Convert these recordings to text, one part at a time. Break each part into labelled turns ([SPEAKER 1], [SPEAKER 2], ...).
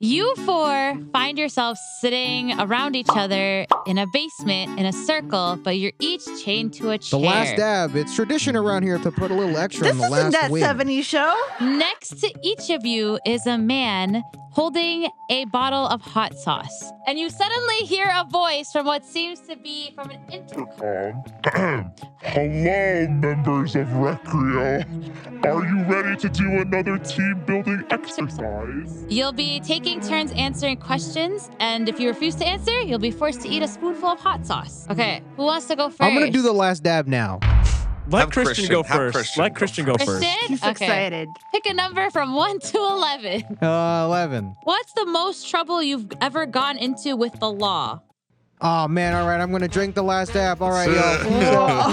[SPEAKER 1] You four find yourself sitting around each other in a basement in a circle, but you're each chained to a
[SPEAKER 2] The
[SPEAKER 1] chair.
[SPEAKER 2] last dab. It's tradition around here to put a little extra
[SPEAKER 3] This
[SPEAKER 2] on the last
[SPEAKER 3] isn't that
[SPEAKER 2] wing.
[SPEAKER 3] 70s show.
[SPEAKER 1] Next to each of you is a man holding a bottle of hot sauce. And you suddenly hear a voice from what seems to be from an intercom.
[SPEAKER 4] Um, Hello, members of Recreo. Are you ready to do another team building exercise?
[SPEAKER 1] You'll be taking turns answering questions, and if you refuse to answer, you'll be forced to eat a spoonful of hot sauce. Okay, who wants to go first?
[SPEAKER 2] I'm gonna do the last dab now.
[SPEAKER 5] Let
[SPEAKER 6] Have
[SPEAKER 5] Christian,
[SPEAKER 6] Christian-
[SPEAKER 5] go
[SPEAKER 6] have
[SPEAKER 5] first.
[SPEAKER 6] Christian
[SPEAKER 5] Let
[SPEAKER 6] go
[SPEAKER 5] Christian go first.
[SPEAKER 1] Kristen?
[SPEAKER 3] He's
[SPEAKER 1] okay.
[SPEAKER 3] excited.
[SPEAKER 1] Pick a number from 1 to 11.
[SPEAKER 2] Uh, Eleven.
[SPEAKER 1] What's the most trouble you've ever gone into with the law?
[SPEAKER 2] Oh man. All right. I'm gonna drink the last dab. All right, y'all. uh,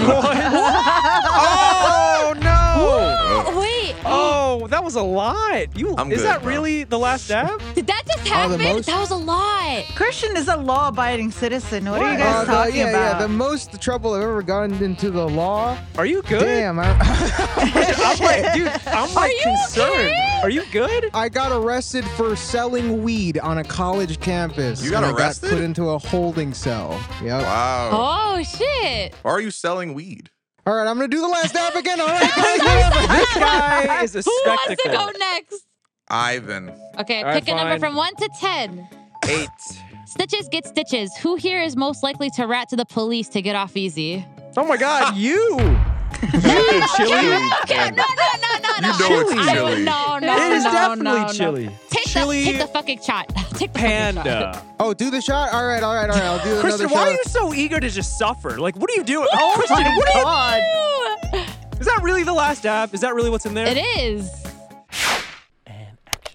[SPEAKER 5] oh
[SPEAKER 2] Uh,
[SPEAKER 5] no!
[SPEAKER 1] Oh, wait.
[SPEAKER 5] Oh, that was a lot. You
[SPEAKER 6] I'm
[SPEAKER 5] is
[SPEAKER 6] good,
[SPEAKER 5] that
[SPEAKER 6] bro.
[SPEAKER 5] really the last dab?
[SPEAKER 1] Did that just
[SPEAKER 2] Oh, the
[SPEAKER 1] happen?
[SPEAKER 2] most-
[SPEAKER 1] That was a lot.
[SPEAKER 3] Christian is a law abiding citizen. What, are
[SPEAKER 2] Uh,
[SPEAKER 3] you guys
[SPEAKER 2] the-
[SPEAKER 3] talking
[SPEAKER 2] yeah,
[SPEAKER 3] about?
[SPEAKER 2] yeah. The most trouble I've ever gotten into the law.
[SPEAKER 5] Are you good?
[SPEAKER 2] Damn. I,
[SPEAKER 5] I'm like, dude, I'm like
[SPEAKER 1] you
[SPEAKER 5] concerned. Are you good?
[SPEAKER 2] I got arrested for selling weed on a college campus.
[SPEAKER 6] You got
[SPEAKER 2] and I
[SPEAKER 6] arrested?
[SPEAKER 2] put into a holding cell. Yep.
[SPEAKER 6] Wow.
[SPEAKER 1] Oh, shit.
[SPEAKER 6] Why are you selling weed?
[SPEAKER 2] All right. I'm gonna do the last dab again. All right. guys.
[SPEAKER 5] this guy is a
[SPEAKER 1] Who wants to
[SPEAKER 5] spectacle.
[SPEAKER 1] go next?
[SPEAKER 6] Ivan.
[SPEAKER 1] Okay,
[SPEAKER 5] All right,
[SPEAKER 1] pick a number
[SPEAKER 5] fine.
[SPEAKER 1] from 1 to 10.
[SPEAKER 5] Eight.
[SPEAKER 1] Stitches get stitches. Who here is most likely to rat to the police to get off easy?
[SPEAKER 5] Oh my god, you! you chili.
[SPEAKER 1] Okay, no, no, no, no, no.
[SPEAKER 6] You know it's
[SPEAKER 1] I would-
[SPEAKER 6] chili.
[SPEAKER 1] No, no,
[SPEAKER 5] It is
[SPEAKER 1] no,
[SPEAKER 5] definitely
[SPEAKER 1] no, no.
[SPEAKER 5] chili.
[SPEAKER 1] Take,
[SPEAKER 5] chili
[SPEAKER 1] the, take the fucking shot. Take the Fucking shot.
[SPEAKER 5] panda.
[SPEAKER 2] Oh, do the shot. All right. All right. All right. I'll do another
[SPEAKER 5] Kristen,
[SPEAKER 2] shot.
[SPEAKER 5] why are you so eager to just suffer? Like, what are you doing? Oh, Kristen, what are you?
[SPEAKER 3] God.
[SPEAKER 5] Is that really the last dab? Is that really what's in there?
[SPEAKER 1] It is.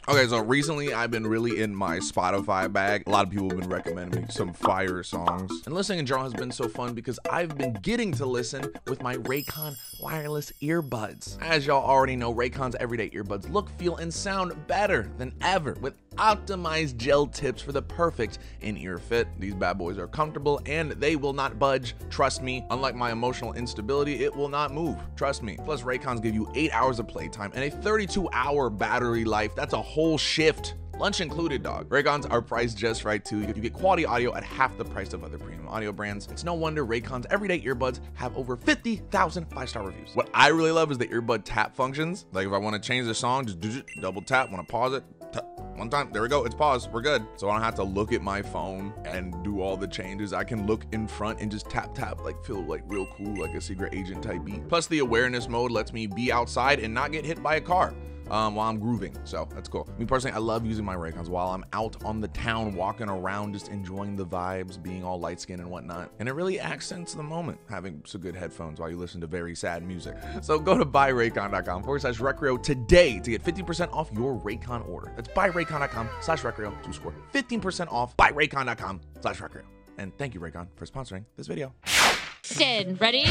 [SPEAKER 6] Okay, so recently I've been really in my Spotify bag. A lot of people have been recommending me some fire songs. And listening in general has been so fun because I've been getting to listen with my Raycon wireless earbuds. As y'all already know, Raycon's everyday earbuds look, feel, and sound better than ever with optimized gel tips for the perfect in ear fit. These bad boys are comfortable and they will not budge. Trust me, unlike my emotional instability, it will not move. Trust me. Plus, Raycons give you eight hours of playtime and a 32 hour battery life. That's a whole shift. Lunch included, dog. Raycons are priced just right too. You get quality audio at half the price of other premium audio brands. It's no wonder Raycons everyday earbuds have over 50,000 five-star reviews. What I really love is the earbud tap functions. Like if I want to change the song, just do- double tap. Want to pause it? Tap. One time, there we go. It's paused. We're good. So I don't have to look at my phone and do all the changes. I can look in front and just tap tap, like feel like real cool, like a secret agent type beat. Plus, the awareness mode lets me be outside and not get hit by a car um, while I'm grooving. So that's cool. Me personally, I love using my Raycons while I'm out on the town, walking around, just enjoying the vibes, being all light skinned and whatnot. And it really accents the moment having so good headphones while you listen to very sad music. So go to buyraycon.com forward slash recreo today to get 15% off your Raycon order. That's buyraycon.com slash recreo to score 15% off buyraycon.com slash recreo. And thank you, Raycon, for sponsoring this video.
[SPEAKER 1] Shin, ready?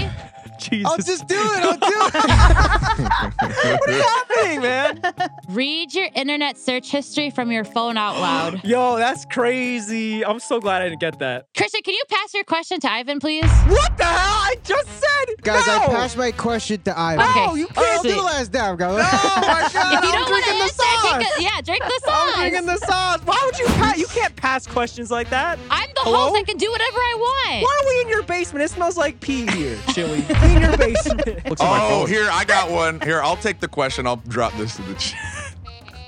[SPEAKER 5] Jesus.
[SPEAKER 2] I'll just do it. I'll do it.
[SPEAKER 5] what is happening, man?
[SPEAKER 1] Read your internet search history from your phone out loud.
[SPEAKER 5] Yo, that's crazy. I'm so glad I didn't get that.
[SPEAKER 1] Christian, can you pass your question to Ivan, please?
[SPEAKER 5] What the hell? I just said.
[SPEAKER 2] Guys,
[SPEAKER 5] no!
[SPEAKER 2] I passed my question to Ivan.
[SPEAKER 1] Okay.
[SPEAKER 5] No, you
[SPEAKER 2] All right, I'll Oh,
[SPEAKER 5] can't.
[SPEAKER 2] do
[SPEAKER 1] Sweet.
[SPEAKER 2] the last dab, guys.
[SPEAKER 5] Oh my god.
[SPEAKER 1] If you
[SPEAKER 5] I'm
[SPEAKER 1] don't want to
[SPEAKER 5] drinking the
[SPEAKER 1] answer,
[SPEAKER 5] sauce.
[SPEAKER 1] take a, yeah, drink the
[SPEAKER 5] I'm
[SPEAKER 1] sauce.
[SPEAKER 5] drinking the sauce. Why would you pass? You can't pass questions like that.
[SPEAKER 1] I'm the
[SPEAKER 5] Hello?
[SPEAKER 1] host. I can do whatever I want.
[SPEAKER 5] Why are we in your basement? It smells like pee here, Chili. Clean your basement. Looks
[SPEAKER 6] Oh, here, I got one. Here, I'll take the question. I'll drop this to the chat.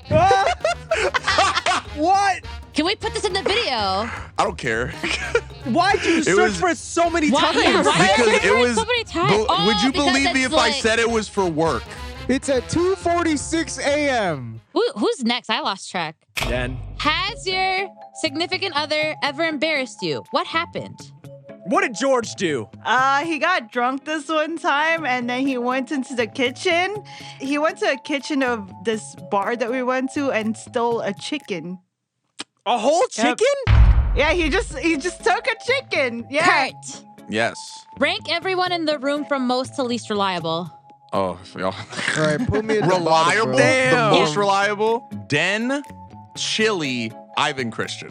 [SPEAKER 5] what?
[SPEAKER 1] Can we put this in the video?
[SPEAKER 6] I don't care.
[SPEAKER 5] Why'd you search
[SPEAKER 6] was-
[SPEAKER 5] for it so many
[SPEAKER 1] Why-
[SPEAKER 5] times?
[SPEAKER 1] yeah, why-
[SPEAKER 6] because
[SPEAKER 1] did you
[SPEAKER 6] it
[SPEAKER 1] write
[SPEAKER 6] was.
[SPEAKER 1] so many times?
[SPEAKER 6] Bo-
[SPEAKER 1] Oh,
[SPEAKER 6] would you
[SPEAKER 1] because
[SPEAKER 6] believe me
[SPEAKER 1] it's
[SPEAKER 6] if I
[SPEAKER 1] like-
[SPEAKER 6] said it was for work?
[SPEAKER 2] It's at 2:46 a.m.
[SPEAKER 1] Who, who's next? I lost track.
[SPEAKER 5] Jen.
[SPEAKER 1] Has your significant other ever embarrassed you? What happened?
[SPEAKER 5] What did George do?
[SPEAKER 3] Uh, he got drunk this one time and then he went into the kitchen. He went to a kitchen of this bar that we went to and stole a chicken.
[SPEAKER 5] A whole
[SPEAKER 3] Yep.
[SPEAKER 5] chicken?
[SPEAKER 3] Yeah, he just he just took a chicken. Yeah.
[SPEAKER 1] Kurt,
[SPEAKER 6] Yes.
[SPEAKER 1] rank everyone in the room from most to least reliable.
[SPEAKER 6] Oh, so y'all.
[SPEAKER 2] All right, put me at the bottom,
[SPEAKER 6] reliable.
[SPEAKER 2] bro.
[SPEAKER 5] Damn.
[SPEAKER 6] The most reliable. Den, Chili, Ivan Christian.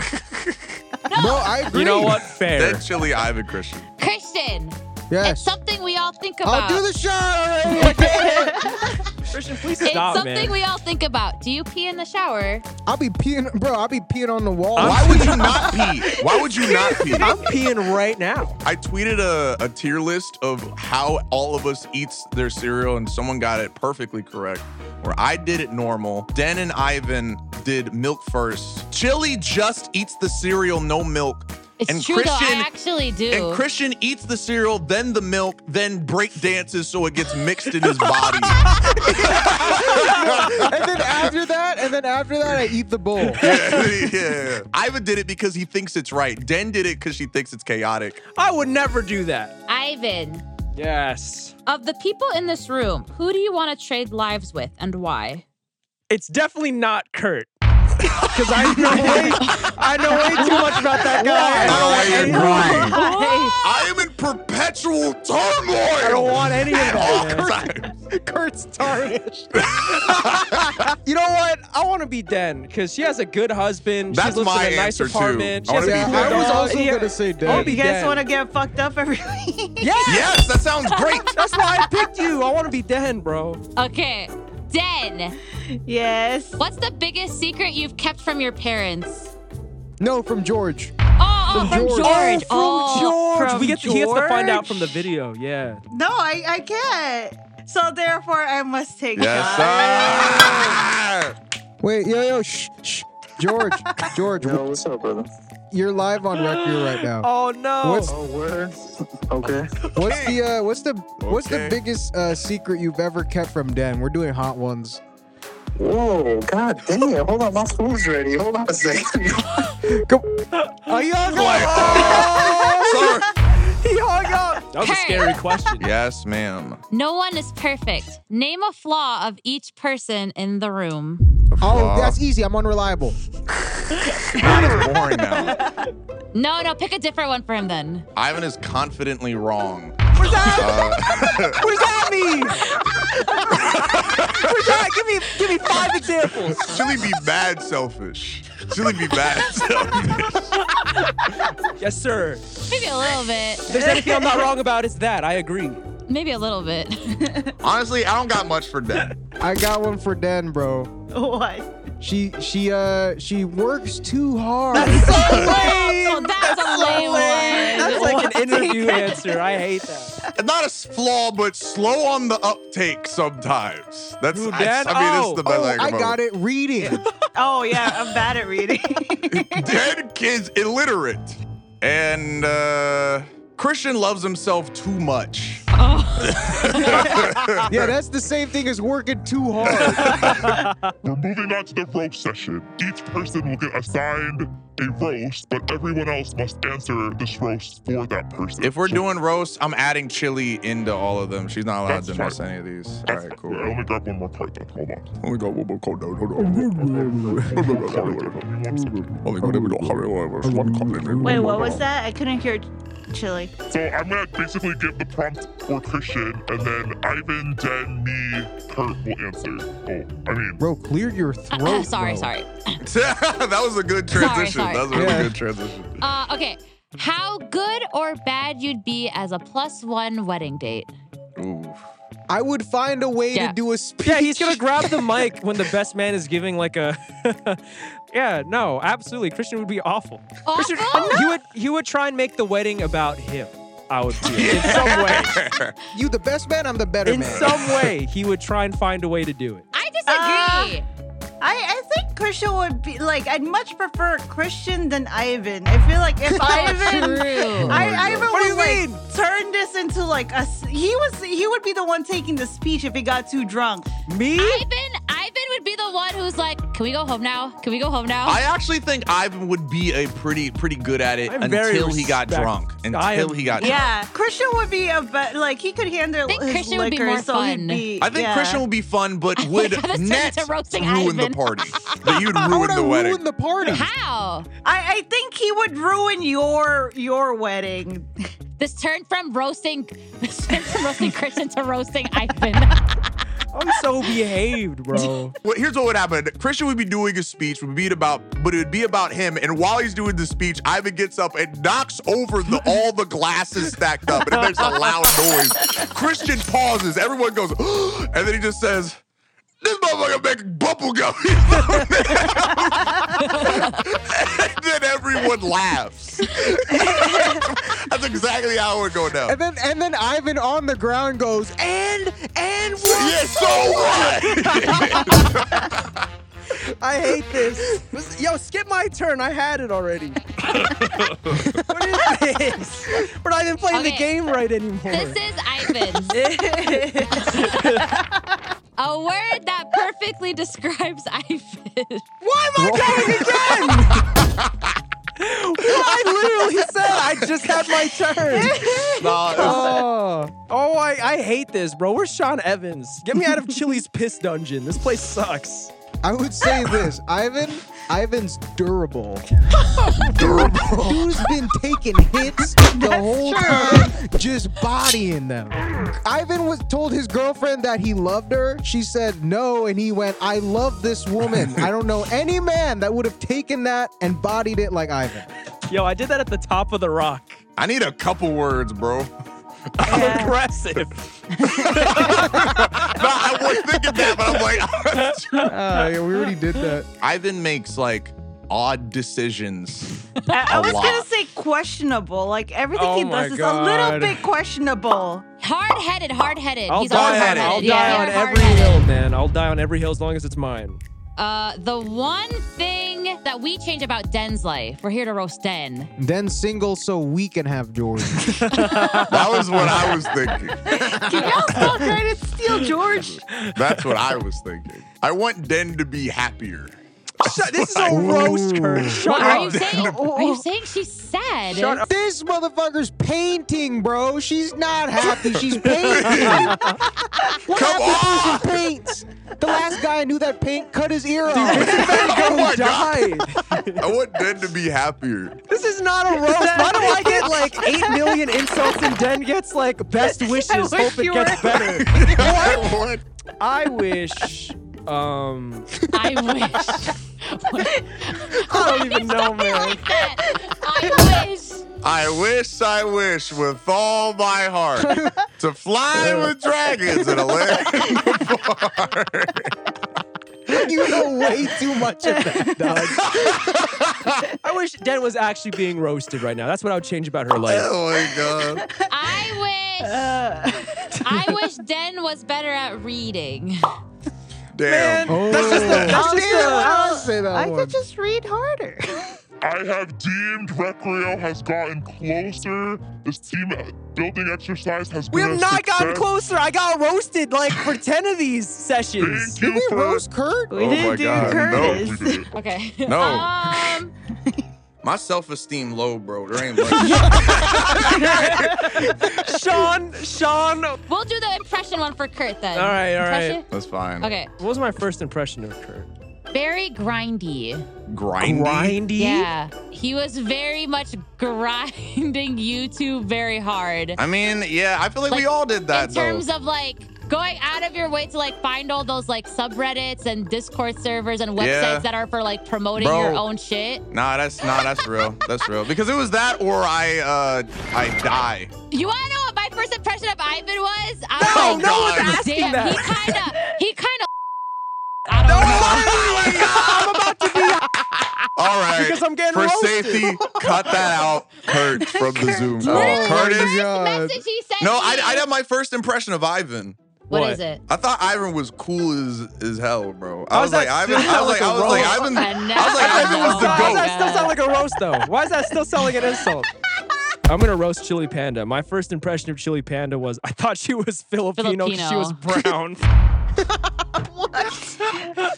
[SPEAKER 2] Bro, I agree.
[SPEAKER 5] You know what?
[SPEAKER 6] Den,
[SPEAKER 5] Fair.
[SPEAKER 6] Chili, Ivan Christian.
[SPEAKER 1] Christian, it's
[SPEAKER 2] Yes.
[SPEAKER 1] something we all think about.
[SPEAKER 2] I'll do the shot. All right.
[SPEAKER 5] Christian, please
[SPEAKER 1] It's
[SPEAKER 5] stop,
[SPEAKER 1] something
[SPEAKER 5] man.
[SPEAKER 1] we all think about. Do you pee in the shower?
[SPEAKER 2] I'll be peeing, bro. I'll be peeing on the wall.
[SPEAKER 7] Why would you not pee? Why would you not pee?
[SPEAKER 5] I'm peeing right now.
[SPEAKER 7] I tweeted a, a tier list of how all of us eats their cereal, and someone got it perfectly correct. Where I did it normal. Den and Ivan did milk first. Chili just eats the cereal, no milk.
[SPEAKER 1] It's
[SPEAKER 7] and
[SPEAKER 1] true
[SPEAKER 7] Christian
[SPEAKER 1] though. I actually do.
[SPEAKER 7] and Christian eats the cereal, then the milk, then break dances so it gets mixed in his body. Yeah,
[SPEAKER 2] and then after that, and then after that, I eat the bowl.
[SPEAKER 7] yeah, yeah. Ivan did it because he thinks it's right. Den did it because she thinks it's chaotic.
[SPEAKER 5] I would never do that.
[SPEAKER 1] Ivan,
[SPEAKER 5] Yes.
[SPEAKER 1] of the people in this room, who do you want to trade lives with and why?
[SPEAKER 5] It's definitely not Kurt. Because I know way, I know way too much about that guy. I don't want any-
[SPEAKER 7] I am in perpetual turmoil.
[SPEAKER 5] I don't want any of that. man.
[SPEAKER 2] Kurt's tarnished.
[SPEAKER 5] You know what? I want to be Den because she has a good husband.
[SPEAKER 7] That's
[SPEAKER 5] she lives
[SPEAKER 7] my
[SPEAKER 5] in a nice
[SPEAKER 7] answer, too.
[SPEAKER 5] apartment.
[SPEAKER 7] I
[SPEAKER 5] She has a
[SPEAKER 7] wanna
[SPEAKER 5] cool
[SPEAKER 7] be
[SPEAKER 2] I was
[SPEAKER 5] dog.
[SPEAKER 2] also
[SPEAKER 5] Yeah.
[SPEAKER 2] gonna say
[SPEAKER 5] I'll
[SPEAKER 2] dead.
[SPEAKER 5] be
[SPEAKER 3] You guys
[SPEAKER 5] dead.
[SPEAKER 3] want to get fucked up every week?
[SPEAKER 5] Yeah.
[SPEAKER 7] Yes, that sounds great.
[SPEAKER 5] That's why I picked you. I want to be Den, bro.
[SPEAKER 1] Okay. Den,
[SPEAKER 3] yes.
[SPEAKER 1] what's the biggest secret you've kept from your parents?
[SPEAKER 2] No, from George.
[SPEAKER 1] Oh, oh from George.
[SPEAKER 2] George.
[SPEAKER 5] Oh, from George.
[SPEAKER 3] from
[SPEAKER 5] we get to, he gets to find out from the
[SPEAKER 3] George?
[SPEAKER 5] video. Yeah.
[SPEAKER 3] No, I, I can't. So therefore, I must take
[SPEAKER 7] Yes,
[SPEAKER 3] John.
[SPEAKER 7] sir.
[SPEAKER 2] Wait, yo, yo, shh, shh. George, George,
[SPEAKER 8] Yo, what's up, brother?
[SPEAKER 2] you're live on Recrew right now.
[SPEAKER 5] Oh no.
[SPEAKER 2] What's-
[SPEAKER 8] Oh, word. Okay.
[SPEAKER 2] What's the uh, what's the what's the
[SPEAKER 7] Okay.
[SPEAKER 2] biggest uh, secret you've ever kept from Den? We're doing hot ones.
[SPEAKER 8] Whoa, god damn. Hold on, my food's ready. Hold on a second.
[SPEAKER 5] Are you hung
[SPEAKER 7] Like,
[SPEAKER 5] up?
[SPEAKER 7] oh, sir.
[SPEAKER 5] He hung up. That was
[SPEAKER 1] Kurt.
[SPEAKER 5] a scary question.
[SPEAKER 7] Yes, ma'am.
[SPEAKER 1] No one is perfect. Name a flaw of each person in the room.
[SPEAKER 2] Oh, that's easy. I'm unreliable.
[SPEAKER 7] God, it's boring now.
[SPEAKER 1] No, no, pick a different one for him then.
[SPEAKER 7] Ivan is confidently wrong.
[SPEAKER 5] What's that?
[SPEAKER 7] Uh,
[SPEAKER 5] What does that mean? What's that? Give me, give me five examples.
[SPEAKER 7] Chili be bad selfish. Chili be bad selfish.
[SPEAKER 5] Yes, sir.
[SPEAKER 1] Maybe a little bit.
[SPEAKER 5] If there's anything I'm not wrong about, it's that. I agree.
[SPEAKER 1] Maybe a little bit.
[SPEAKER 7] Honestly, I don't got much for that.
[SPEAKER 2] I got one for Den, bro.
[SPEAKER 3] What?
[SPEAKER 2] She she uh she works too hard.
[SPEAKER 1] Oh, that's a lame one.
[SPEAKER 5] That's like an interview answer. I hate that.
[SPEAKER 7] Not a flaw, but slow on the uptake sometimes. That's
[SPEAKER 5] Dude,
[SPEAKER 7] I, I
[SPEAKER 5] Dad,
[SPEAKER 7] mean, that's
[SPEAKER 5] oh,
[SPEAKER 7] the best
[SPEAKER 2] Oh,
[SPEAKER 7] I, can
[SPEAKER 2] I got it. Reading.
[SPEAKER 3] Oh, yeah, I'm bad at reading.
[SPEAKER 7] Dead kids illiterate. And uh Christian loves himself too much.
[SPEAKER 1] Oh.
[SPEAKER 2] yeah, that's the same thing as working too hard.
[SPEAKER 4] We're moving on to the roast session. Each person will get assigned a roast, but everyone else must answer this roast for that person.
[SPEAKER 7] If we're doing roast, I'm adding chili into all of them. She's not allowed
[SPEAKER 4] That's
[SPEAKER 7] to
[SPEAKER 4] fine.
[SPEAKER 7] miss any of these. All
[SPEAKER 4] That's-
[SPEAKER 7] right,
[SPEAKER 4] yeah,
[SPEAKER 7] cool.
[SPEAKER 4] Let me grab one more card then. Hold on.
[SPEAKER 7] Only got one more call down. Hold on. Only got one call
[SPEAKER 3] Wait, what was that? I couldn't hear Chili.
[SPEAKER 4] So I'm gonna basically give the prompt for Christian, and then Ivan, Den, me, Kurt will answer. Oh, I mean,
[SPEAKER 2] Bro, clear your throat.
[SPEAKER 1] sorry,
[SPEAKER 2] bro.
[SPEAKER 1] sorry.
[SPEAKER 7] that was a good transition.
[SPEAKER 1] sorry.
[SPEAKER 7] That was a really
[SPEAKER 2] Yeah.
[SPEAKER 7] good transition.
[SPEAKER 1] Uh, okay. How good or bad you'd be as a plus one wedding date?
[SPEAKER 7] Ooh.
[SPEAKER 2] I would find a way
[SPEAKER 1] Yeah.
[SPEAKER 2] to do a speech.
[SPEAKER 5] Yeah, he's gonna grab the mic when the best man is giving like a. yeah, no, absolutely. Christian would be awful. Christian,
[SPEAKER 1] Awful?
[SPEAKER 5] he would he would try and make the wedding about him. I would feel in some way.
[SPEAKER 2] You the best man. I'm the better
[SPEAKER 5] In
[SPEAKER 2] man.
[SPEAKER 5] some way, he would try and find a way to do it.
[SPEAKER 1] I disagree.
[SPEAKER 3] I, I think Christian would be like, I'd much prefer Christian than Ivan. I feel like if Uh, Ivan.
[SPEAKER 1] True.
[SPEAKER 3] I, Ivan
[SPEAKER 5] What
[SPEAKER 3] would
[SPEAKER 5] do you
[SPEAKER 3] like
[SPEAKER 5] mean?
[SPEAKER 3] turn this into like a. s- He was he would be the one taking the speech if he got too drunk.
[SPEAKER 5] Me?
[SPEAKER 1] Ivan, Ivan would be the one who's like, "Can we go home now? Can we go home now?"
[SPEAKER 7] I actually think Ivan would be a pretty pretty good at it
[SPEAKER 5] I'm very
[SPEAKER 7] until he got
[SPEAKER 5] respect-
[SPEAKER 7] drunk. Until
[SPEAKER 5] I am-
[SPEAKER 7] he got drunk.
[SPEAKER 3] Yeah, Christian would be a but like he could handle
[SPEAKER 1] I think
[SPEAKER 3] his
[SPEAKER 1] Christian would
[SPEAKER 3] liquor,
[SPEAKER 1] be more
[SPEAKER 3] so
[SPEAKER 1] fun.
[SPEAKER 3] he'd be.
[SPEAKER 7] I think
[SPEAKER 3] yeah.
[SPEAKER 7] Christian will be fun, but would
[SPEAKER 1] God, this turned
[SPEAKER 7] net
[SPEAKER 1] into roasting
[SPEAKER 7] ruin
[SPEAKER 1] Ivan.
[SPEAKER 7] the party. That you'd
[SPEAKER 2] How would
[SPEAKER 7] ruin
[SPEAKER 2] I
[SPEAKER 7] the wedding.
[SPEAKER 2] ruin the party?
[SPEAKER 1] How?
[SPEAKER 3] I, I think he would ruin your your wedding.
[SPEAKER 1] This turned from roasting, this turned from roasting Christian to roasting Ivan.
[SPEAKER 5] I'm so behaved, bro.
[SPEAKER 7] Well, here's what would happen. Christian would be doing a speech, would be about, but it would be about him. And while he's doing the speech, Ivan gets up and knocks over the, all the glasses stacked up, and it makes a loud noise. Christian pauses. Everyone goes, and then he just says,
[SPEAKER 4] This motherfucker make bubble gum. and then everyone laughs. That's exactly how it would go down.
[SPEAKER 2] And then and then Ivan on the ground goes and and what?
[SPEAKER 4] Yeah, so what?
[SPEAKER 5] I hate this. This- Yo, skip my turn. I had it already. what is this? We're not even playing
[SPEAKER 1] Okay.
[SPEAKER 5] the game right anymore.
[SPEAKER 1] This is Ivan's. A word that perfectly describes Ivan.
[SPEAKER 5] Why am I going again? I literally said I just had my turn.
[SPEAKER 4] nah, it's-
[SPEAKER 5] Oh, oh I, I hate this, bro. Where's Sean Evans? Get me out of Chili's piss dungeon. This place sucks.
[SPEAKER 2] I would say this, Ivan. Ivan's durable. durable. Who's been taking hits the whole time, just bodying them. Ivan was told his girlfriend that he loved her. She said no, and he went, "I love this woman. I don't know any man that would have taken that and bodied it like Ivan."
[SPEAKER 5] Yo, I did that at the top of the rock.
[SPEAKER 4] I need a couple words, bro. Nah,
[SPEAKER 5] Impressive.
[SPEAKER 4] I was thinking that, but I'm like,
[SPEAKER 5] Oh,
[SPEAKER 2] Ah, yeah, we already did that.
[SPEAKER 4] Ivan makes like odd decisions.
[SPEAKER 3] I, I
[SPEAKER 4] A
[SPEAKER 3] was gonna
[SPEAKER 4] lot.
[SPEAKER 3] say questionable. Like everything
[SPEAKER 5] Oh
[SPEAKER 3] he
[SPEAKER 5] my
[SPEAKER 3] does is a
[SPEAKER 5] God.
[SPEAKER 3] little bit questionable.
[SPEAKER 1] Hard headed, hard headed.
[SPEAKER 5] I'll
[SPEAKER 1] He's
[SPEAKER 5] die,
[SPEAKER 1] always
[SPEAKER 5] on-
[SPEAKER 1] hard
[SPEAKER 4] hard-headed.
[SPEAKER 5] I'll
[SPEAKER 1] headed.
[SPEAKER 5] die
[SPEAKER 1] Yeah,
[SPEAKER 5] on
[SPEAKER 1] you're
[SPEAKER 5] every
[SPEAKER 1] hard-headed.
[SPEAKER 5] hill, man. I'll die on every hill as long as it's mine.
[SPEAKER 1] Uh, the one thing that we change about Den's life, we're here to roast Den.
[SPEAKER 2] Then single so we can have George.
[SPEAKER 4] That was what I was thinking.
[SPEAKER 3] Can y'all stop trying to steal George?
[SPEAKER 4] That's what I was thinking. I want Den to be happier.
[SPEAKER 5] Shut, this is a roast, Kurt. Shut
[SPEAKER 1] What are you
[SPEAKER 5] up.
[SPEAKER 1] saying? Are you saying she's sad?
[SPEAKER 5] Shut up.
[SPEAKER 2] this motherfucker's painting, bro. She's not happy. She's painting. what
[SPEAKER 4] Come
[SPEAKER 2] happens
[SPEAKER 4] on!
[SPEAKER 2] when she paints? The last guy I knew that paint cut his ear off.
[SPEAKER 4] oh my god!
[SPEAKER 5] Die.
[SPEAKER 4] I want Den to be happier.
[SPEAKER 5] This is not a roast. Why do I get like 8 million insults and Den gets like best wishes?
[SPEAKER 3] I
[SPEAKER 5] Hope
[SPEAKER 3] wish
[SPEAKER 5] it
[SPEAKER 3] you
[SPEAKER 5] gets
[SPEAKER 3] were-
[SPEAKER 5] better.
[SPEAKER 4] I want
[SPEAKER 5] I wish. Um,
[SPEAKER 1] I wish.
[SPEAKER 5] I don't even know, man.
[SPEAKER 1] like that. I wish.
[SPEAKER 4] I wish, I wish with all my heart to fly with dragons in a land.
[SPEAKER 2] you know way too much of that, dog.
[SPEAKER 5] I wish Den was actually being roasted right now. That's what I would change about her life.
[SPEAKER 4] Oh my god.
[SPEAKER 1] I wish.
[SPEAKER 3] Uh,
[SPEAKER 1] I wish Den was better at reading.
[SPEAKER 4] Damn.
[SPEAKER 5] that's just the, that's
[SPEAKER 3] I'll
[SPEAKER 5] just
[SPEAKER 3] do it.
[SPEAKER 5] the,
[SPEAKER 3] I'll-
[SPEAKER 2] Oh. say that
[SPEAKER 3] I
[SPEAKER 2] one.
[SPEAKER 3] could just read harder.
[SPEAKER 4] I have deemed Recreo has gotten closer. This team building exercise has
[SPEAKER 5] we
[SPEAKER 4] been
[SPEAKER 5] have
[SPEAKER 4] a
[SPEAKER 5] not gotten
[SPEAKER 4] success.
[SPEAKER 5] closer. I got roasted like for 10 of these sessions.
[SPEAKER 4] Thank
[SPEAKER 2] Did
[SPEAKER 4] you
[SPEAKER 2] we
[SPEAKER 4] for-
[SPEAKER 2] roast Kurt?
[SPEAKER 3] We
[SPEAKER 4] oh
[SPEAKER 3] didn't
[SPEAKER 4] my
[SPEAKER 3] do
[SPEAKER 4] god.
[SPEAKER 3] Curtis.
[SPEAKER 4] No, we didn't.
[SPEAKER 1] Okay.
[SPEAKER 4] No.
[SPEAKER 1] Um,
[SPEAKER 7] My self esteem low, bro. There ain't much.
[SPEAKER 5] Sean, Sean. All
[SPEAKER 1] we'll do the impression one for Kurt then.
[SPEAKER 5] right, all right.
[SPEAKER 1] Impression?
[SPEAKER 4] That's fine.
[SPEAKER 1] Okay.
[SPEAKER 5] What was my first impression of Kurt?
[SPEAKER 1] Very grindy.
[SPEAKER 4] Grindy.
[SPEAKER 5] Grindy?
[SPEAKER 1] Yeah. He was very much grinding YouTube very hard.
[SPEAKER 7] I mean, yeah, I feel like, we
[SPEAKER 1] Like,
[SPEAKER 7] all did that
[SPEAKER 1] in
[SPEAKER 7] though.
[SPEAKER 1] terms of like going out of your way to like find all those like subreddits and Discord servers and websites
[SPEAKER 7] Yeah.
[SPEAKER 1] that are for like promoting
[SPEAKER 7] Bro.
[SPEAKER 1] your own shit.
[SPEAKER 7] nah, that's nah, that's real. That's real. Because it was that or I uh I die.
[SPEAKER 1] You wanna know what my first impression of Ivan was?
[SPEAKER 5] No,
[SPEAKER 1] I was like,
[SPEAKER 5] no one's
[SPEAKER 1] "God
[SPEAKER 5] asking
[SPEAKER 1] damn,
[SPEAKER 5] that."
[SPEAKER 1] He kinda he kinda I don't know.
[SPEAKER 5] Oh
[SPEAKER 4] All right.
[SPEAKER 5] Because I'm getting
[SPEAKER 4] For
[SPEAKER 5] roasted.
[SPEAKER 4] safety, cut that out, Kurt, from the Zoom.
[SPEAKER 1] Literally,
[SPEAKER 4] Curtis.
[SPEAKER 1] the first
[SPEAKER 2] God.
[SPEAKER 1] message he sent
[SPEAKER 7] Oh, No,
[SPEAKER 1] me-
[SPEAKER 7] I I had my first impression of Ivan.
[SPEAKER 1] what
[SPEAKER 5] What?
[SPEAKER 1] is it?
[SPEAKER 7] I thought Ivan was cool as as hell, bro. I
[SPEAKER 5] How's
[SPEAKER 7] was like
[SPEAKER 5] Oh, that
[SPEAKER 7] Ivan. I
[SPEAKER 5] still
[SPEAKER 7] was like
[SPEAKER 5] like a
[SPEAKER 7] I was like
[SPEAKER 5] roast?
[SPEAKER 7] Ivan.
[SPEAKER 1] And
[SPEAKER 7] I was like
[SPEAKER 1] now-
[SPEAKER 7] Ivan was the
[SPEAKER 5] Why
[SPEAKER 1] Oh
[SPEAKER 5] does
[SPEAKER 1] my
[SPEAKER 7] goat.
[SPEAKER 5] that still
[SPEAKER 1] God.
[SPEAKER 5] sound like a roast though? Why is that still sound like an insult? I'm gonna roast Chili Panda. My first impression of Chili Panda was I thought she was Filipino. 'cause She was brown.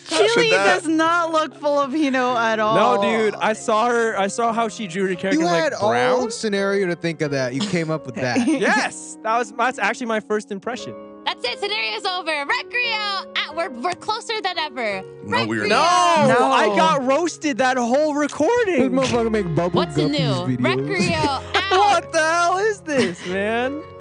[SPEAKER 3] Chili
[SPEAKER 7] that-
[SPEAKER 3] does not look Filipino at all.
[SPEAKER 5] no, dude, I saw her. I saw how she drew her character
[SPEAKER 2] Oh. You
[SPEAKER 5] like
[SPEAKER 2] had
[SPEAKER 5] brown.
[SPEAKER 2] all scenario to think of that. You came up with that.
[SPEAKER 5] yes, that was that's actually my first impression.
[SPEAKER 1] That's it. Scenario's over. Recreo. Ah, we're, we're closer than ever.
[SPEAKER 7] No, we are
[SPEAKER 1] Recreo.
[SPEAKER 7] not.
[SPEAKER 3] No.
[SPEAKER 5] I got roasted that whole
[SPEAKER 2] This
[SPEAKER 5] recording.
[SPEAKER 2] motherfucker make bubble
[SPEAKER 1] What's
[SPEAKER 2] guppies
[SPEAKER 1] new?
[SPEAKER 2] videos.
[SPEAKER 1] Recreo out.
[SPEAKER 5] What the hell is this, man?